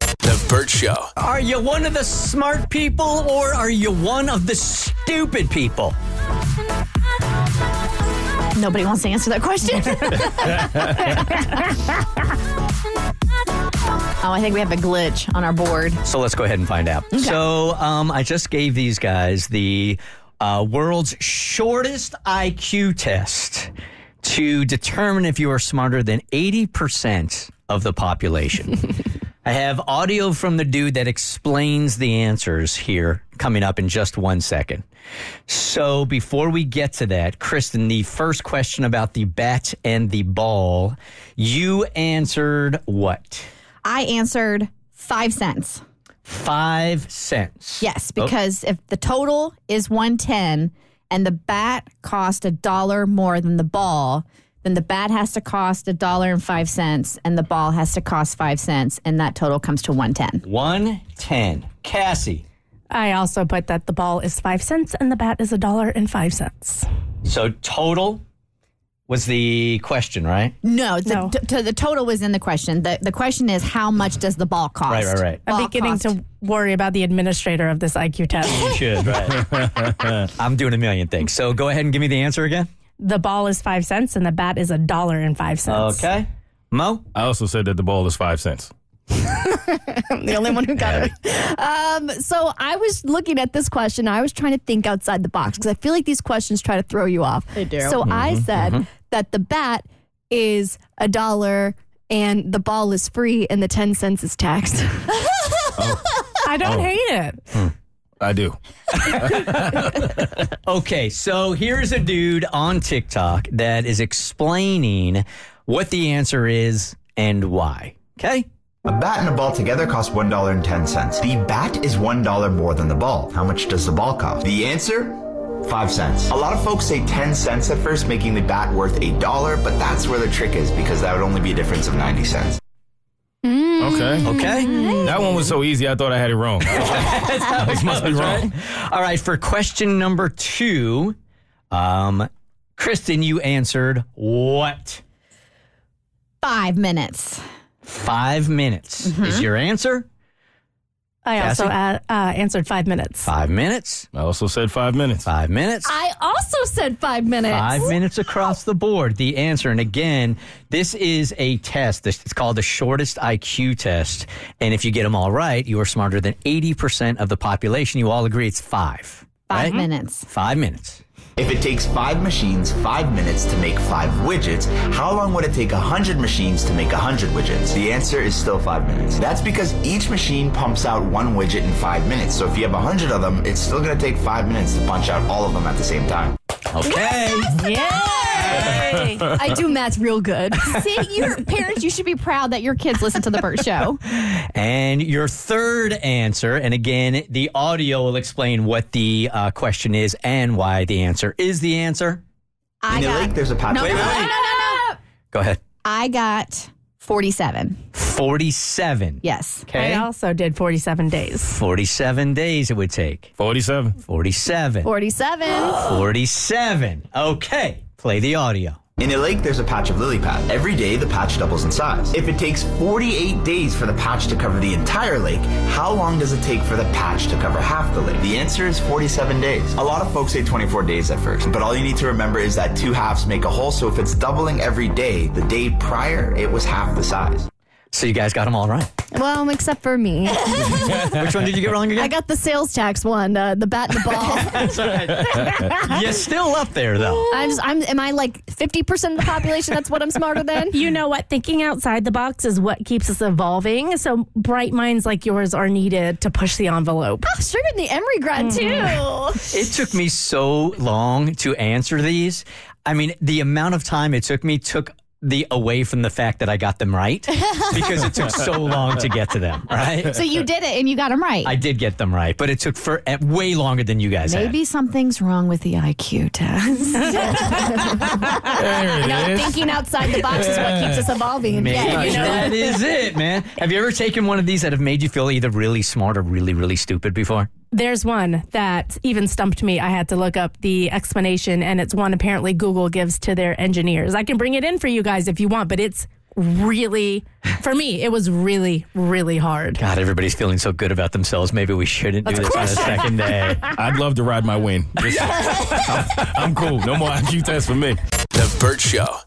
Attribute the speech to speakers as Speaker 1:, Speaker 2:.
Speaker 1: The Burt Show.
Speaker 2: Are you one of the smart people or are you one of the stupid people?
Speaker 3: Nobody wants to answer that question. oh, I think we have a glitch on our board.
Speaker 2: So let's go ahead and find out. So um, I just gave these guys the uh, world's shortest IQ test to determine if you are smarter than 80% of the population. I have audio from the dude that explains the answers here coming up in just one second. So before we get to that, Kristen, the first question about the bat and the ball, you answered what?
Speaker 3: I answered five cents.
Speaker 2: Five cents.
Speaker 3: Yes,
Speaker 2: Oh.
Speaker 3: because if the total is 110 and the bat cost a dollar more than the ball, then the bat has to cost a dollar and five cents and the ball has to cost five cents and that total comes to 110.
Speaker 2: 110. Cassie.
Speaker 4: I also put that the ball is five cents and the bat is a dollar and five cents.
Speaker 2: So total was the question, right?
Speaker 3: No, the,
Speaker 4: No.
Speaker 3: t- t- the total was in the question. The, the question is how much does the ball cost?
Speaker 2: Right, right, right.
Speaker 3: Ball
Speaker 4: I'm beginning
Speaker 3: cost.
Speaker 4: to worry about the administrator of this IQ test.
Speaker 2: Should, right. I'm doing a million things. So go ahead and give me the answer again.
Speaker 4: the ball is five cents and the bat is a dollar and five cents.
Speaker 2: Okay. Mo?
Speaker 5: I also said that the ball is five cents.
Speaker 6: I'm the only one who got it. Um, so I was looking at this question. I was trying to think outside the box because I feel like these questions try to throw you off. They do. So I said that the bat is a dollar and the ball is free and the 10 cents is taxed.
Speaker 4: I
Speaker 2: Oh.
Speaker 4: don't hate it.
Speaker 5: I do.
Speaker 2: Okay, so here's a dude on TikTok that is explaining what the answer is and why. Okay?
Speaker 7: A bat and a ball together cost $1.10. The bat is $1 more than the ball. How much does the ball cost? The answer? 5 cents. A lot of folks say 10 cents at first, making the bat worth a dollar, but that's where the trick is because that would only be a difference of 90 cents.
Speaker 5: Hmm. Okay.
Speaker 2: Okay?
Speaker 5: That one was so easy, I thought I had it wrong. this must be wrong.
Speaker 2: All right, for question number two, um, Kristen, you answered what?
Speaker 3: Five minutes.
Speaker 2: Five minutes is your answer.
Speaker 4: I also
Speaker 2: Cassie?
Speaker 4: uh, uh, answered five minutes.
Speaker 2: Five minutes.
Speaker 5: I also said five minutes.
Speaker 2: Five minutes.
Speaker 6: I also said five minutes.
Speaker 2: Five minutes across the board. The answer, and again, this is a test. This it's called the shortest IQ test. And if you get them all right, you are smarter than eighty percent of the population. You all agree it's five.
Speaker 3: Five
Speaker 2: right?
Speaker 3: minutes.
Speaker 2: Five minutes.
Speaker 7: If it takes 5 machines 5 minutes to make 5 widgets, how long would it take 100 machines to make 100 widgets? The answer is still 5 minutes. That's because each machine pumps out one widget in 5 minutes. So if you have 100 of them, it's still going to take 5 minutes to punch out all of them at the same time.
Speaker 2: Okay.
Speaker 6: I do math real good.
Speaker 3: See, your parents, you should be proud that your kids listen to the Burt Show.
Speaker 2: And your third answer, and again, the audio will explain what the uh, question is and why the answer is the answer.
Speaker 3: I
Speaker 7: In the
Speaker 3: got,
Speaker 7: lake, there's a
Speaker 3: no,
Speaker 7: pathway.
Speaker 3: no, no, no, no, no.
Speaker 2: Go ahead.
Speaker 3: I got 47.
Speaker 2: Forty-seven.
Speaker 3: Yes.
Speaker 2: Okay.
Speaker 4: I also did 47 days.
Speaker 2: Forty-seven days it would take.
Speaker 5: 47.
Speaker 2: Forty-seven.
Speaker 6: 47.
Speaker 2: 47. Okay, play the audio.
Speaker 7: In a lake, there's a patch of lily pad. Every day, the patch doubles in size. If it takes 48 days for the patch to cover the entire lake, how long does it take for the patch to cover half the lake? The answer is 47 days. A lot of folks say 24 days at first, but all you need to remember is that two halves make a whole, so if it's doubling every day, the day prior, it was half the size.
Speaker 2: So you guys got them all right.
Speaker 6: Well, except for me.
Speaker 2: Which one did you get wrong
Speaker 6: I
Speaker 2: again?
Speaker 6: got the sales tax one, uh, the bat and the ball.
Speaker 2: You're still up there though.
Speaker 6: I'm just, I'm, am I like 50% of the population? That's what I'm smarter than?
Speaker 4: You know what? Thinking outside the box is what keeps us evolving. So bright minds like yours are needed to push the envelope.
Speaker 6: Sugar and the Emery grad too.
Speaker 2: It took me so long to answer these. I mean, the amount of time it took me took the away from the fact that I got them right because it took so long to get to them, right?
Speaker 3: So you did it and you got them right.
Speaker 2: I did get them right, but it took for eh, way longer than you guys had.
Speaker 3: Maybe something's wrong with the IQ test.
Speaker 5: There it is.
Speaker 6: Thinking outside the box is what keeps us evolving.
Speaker 2: Maybe that is it, man. Have you ever taken one of these that have made you feel either really smart or really, really stupid before?
Speaker 4: There's one that even stumped me. I had to look up the explanation, and it's one apparently Google gives to their engineers. I can bring it in for you guys if you want, but it's really, for me, it was really, really hard.
Speaker 2: God, everybody's feeling so good about themselves. Maybe we shouldn't do this on a second day.
Speaker 5: I'd love to ride my win. Just- I'm, I'm cool. No more IQ tests for me.
Speaker 1: The Burt Show.